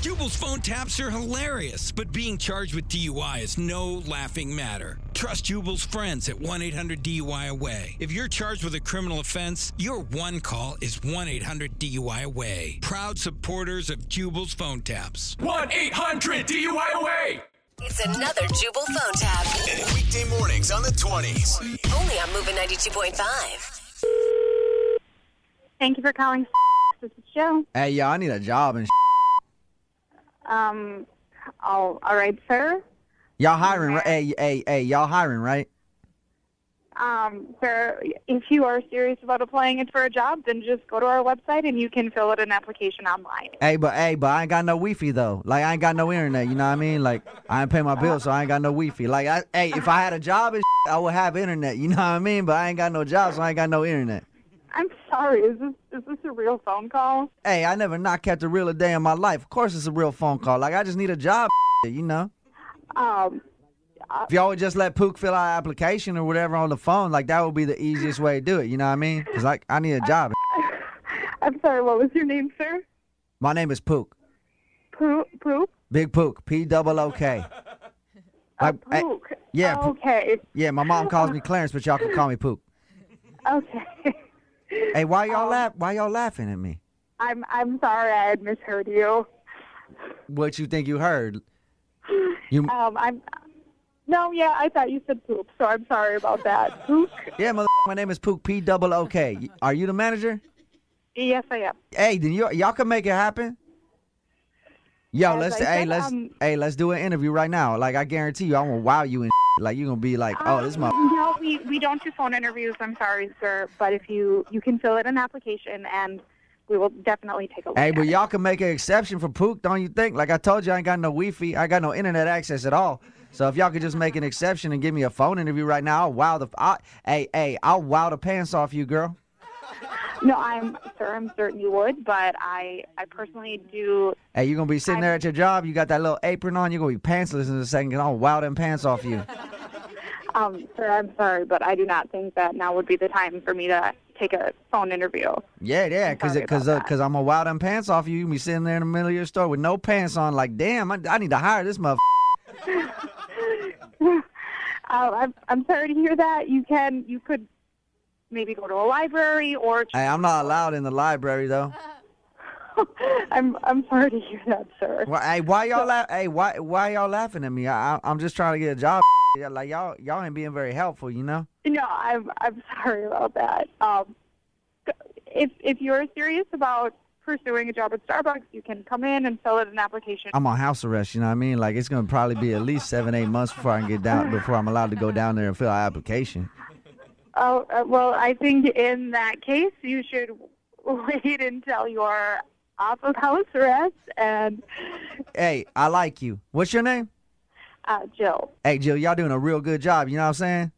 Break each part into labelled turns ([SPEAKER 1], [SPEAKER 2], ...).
[SPEAKER 1] Jubal's phone taps are hilarious, but being charged with DUI is no laughing matter. Trust Jubal's friends at 1 800 DUI Away. If you're charged with a criminal offense, your one call is 1 800 DUI Away. Proud supporters of Jubal's phone taps.
[SPEAKER 2] 1 800 DUI away!
[SPEAKER 3] It's another Jubal phone tab.
[SPEAKER 4] Weekday mornings on the 20s.
[SPEAKER 3] Only on Moving 92.5.
[SPEAKER 5] Thank you for calling. This is Joe.
[SPEAKER 6] Hey, yo, I need a job and sh-
[SPEAKER 5] Um, all, all right, sir.
[SPEAKER 6] y'all hiring, right? Hey, hey, hey, y'all hiring, right?
[SPEAKER 5] Um, sir, if you are serious about applying it for a job, then just go to our website and you can fill out an application online.
[SPEAKER 6] Hey, but hey, but I ain't got no Wi-Fi though. Like I ain't got no internet. You know what I mean? Like I ain't pay my bills, so I ain't got no Wi-Fi. Like I, hey, if I had a job and sh- I would have internet. You know what I mean? But I ain't got no job, so I ain't got no internet.
[SPEAKER 5] I'm sorry. Is this is this a real phone call?
[SPEAKER 6] Hey, I never not kept a real a day in my life. Of course, it's a real phone call. Like I just need a job, you know.
[SPEAKER 5] Um,
[SPEAKER 6] If y'all would just let Pook fill out an application or whatever on the phone, like that would be the easiest way to do it. You know what I mean? Cause like I need a job.
[SPEAKER 5] I'm sorry. What was your name, sir?
[SPEAKER 6] My name is Pook.
[SPEAKER 5] Poop. Poop.
[SPEAKER 6] Big Pook. P double O K. Like, hey,
[SPEAKER 5] Pook.
[SPEAKER 6] Uh, yeah, Pook.
[SPEAKER 5] Okay.
[SPEAKER 6] Yeah, my mom calls me Clarence, but y'all can call me Pook.
[SPEAKER 5] Okay.
[SPEAKER 6] Hey, why
[SPEAKER 5] Oh.
[SPEAKER 6] y'all laugh? Why y'all laughing at me?
[SPEAKER 5] I'm I'm sorry. I had misheard you.
[SPEAKER 6] What you think you heard? You
[SPEAKER 5] Um, I'm. No, yeah, I thought you said poop, so I'm sorry about that. Pook.
[SPEAKER 6] yeah, mother. My name is Pook. P double O K. Are you the manager?
[SPEAKER 5] Yes, I am.
[SPEAKER 6] Hey, then you y'all can make it happen. Yo,
[SPEAKER 5] As
[SPEAKER 6] let's
[SPEAKER 5] I
[SPEAKER 6] hey
[SPEAKER 5] said,
[SPEAKER 6] let's
[SPEAKER 5] um,
[SPEAKER 6] hey let's do an interview right now. Like I guarantee you, I'm gonna wow you and like you gonna be like, oh, this my
[SPEAKER 5] Um, No, we, we don't do phone interviews. I'm sorry, sir, but if you you can fill out an application and we will definitely take a look.
[SPEAKER 6] Hey,
[SPEAKER 5] at
[SPEAKER 6] but
[SPEAKER 5] it.
[SPEAKER 6] y'all can make an exception for Pook, don't you think? Like I told you, I ain't got no Wi-Fi. I got no internet access at all. So if y'all could just make an exception and give me a phone interview right now, I'll wow the I, hey hey, I'll wow the pants off you, girl.
[SPEAKER 5] No, I'm sir, I'm certain you would, but I I personally do.
[SPEAKER 6] Hey, you gonna be sitting there at your job. You got that little apron on. You're gonna be pantsless in a second. Cause I'll wow them pants off you.
[SPEAKER 5] Um, sir, I'm sorry, but I do not think that now would be the time for me to take a phone interview.
[SPEAKER 6] Yeah, yeah. Cause
[SPEAKER 5] sorry
[SPEAKER 6] it, cause
[SPEAKER 5] about
[SPEAKER 6] uh, cause I'm gonna wow them pants off you. You gonna be sitting there in the middle of your store with no pants on. Like damn, I, I need to hire this mother.
[SPEAKER 5] Um, I'm I'm sorry to hear that. You can you could maybe go to a library or.
[SPEAKER 6] Hey, I'm not allowed in the library though.
[SPEAKER 5] I'm I'm sorry to hear that, sir.
[SPEAKER 6] Why, hey, why y'all laugh? Hey, why why y'all laughing at me? I, I I'm just trying to get a job. Yeah, Like y'all y'all ain't being very helpful, you know.
[SPEAKER 5] No, I'm I'm sorry about that. Um, if if you're serious about pursuing a job at Starbucks, you can come in and fill out an application.
[SPEAKER 6] I'm on house arrest. You know what I mean? Like it's gonna probably be at least seven eight months before I can get down before I'm allowed to go down there and fill out application.
[SPEAKER 5] Oh uh, well, I think in that case you should wait until you're off of house arrest. And
[SPEAKER 6] Hey, I like you. What's your name?
[SPEAKER 5] uh, Jill,
[SPEAKER 6] Hey Jill, y'all doing a real good job. You know what I'm saying?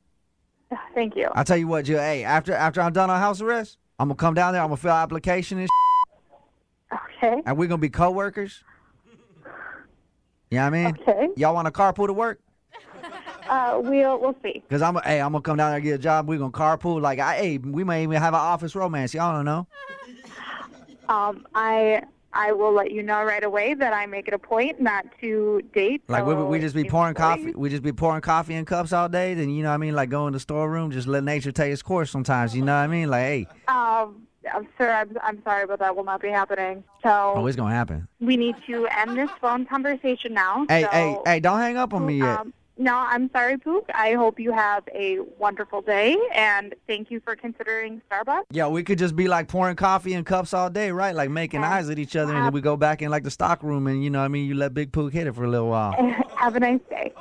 [SPEAKER 5] thank you.
[SPEAKER 6] I tell you what, Jill. Hey, after after I'm done on house arrest, I'm gonna come down there. I'm gonna fill out application and shit,
[SPEAKER 5] Okay,
[SPEAKER 6] and we're gonna be coworkers. You know what I mean?
[SPEAKER 5] Okay.
[SPEAKER 6] Y'all want to carpool to work?
[SPEAKER 5] uh, we'll we'll see.
[SPEAKER 6] Cause I'm, hey, I'm gonna come down there and get a job. We're gonna carpool. Like, I, hey, we may even have an office romance. Y'all don't know.
[SPEAKER 5] Um, I. I will let you know right away that I make it a point not to date.
[SPEAKER 6] Like, we,
[SPEAKER 5] so
[SPEAKER 6] we just be
[SPEAKER 5] if-
[SPEAKER 6] pouring coffee. We just be pouring coffee in cups all day. Then you know what I mean. Like, go in the storeroom, just let nature take its course. Sometimes, you know what I mean. Like, hey,
[SPEAKER 5] Um, I'm sure I'm, I'm sorry, but that will not be happening.
[SPEAKER 6] oh,
[SPEAKER 5] So
[SPEAKER 6] it's gonna happen.
[SPEAKER 5] we need to end this phone conversation now.
[SPEAKER 6] Hey,
[SPEAKER 5] so,
[SPEAKER 6] hey, hey, don't hang up on me yet.
[SPEAKER 5] Um, no, I'm sorry, Pook. I hope you have a wonderful day, and thank you for considering Starbucks.
[SPEAKER 6] Yeah, we could just be like pouring coffee in cups all day, right? Like making eyes at each other, and then we go back in like the stock room, and you know what I mean. You let Big Pook hit it for a little while.
[SPEAKER 5] have a nice day.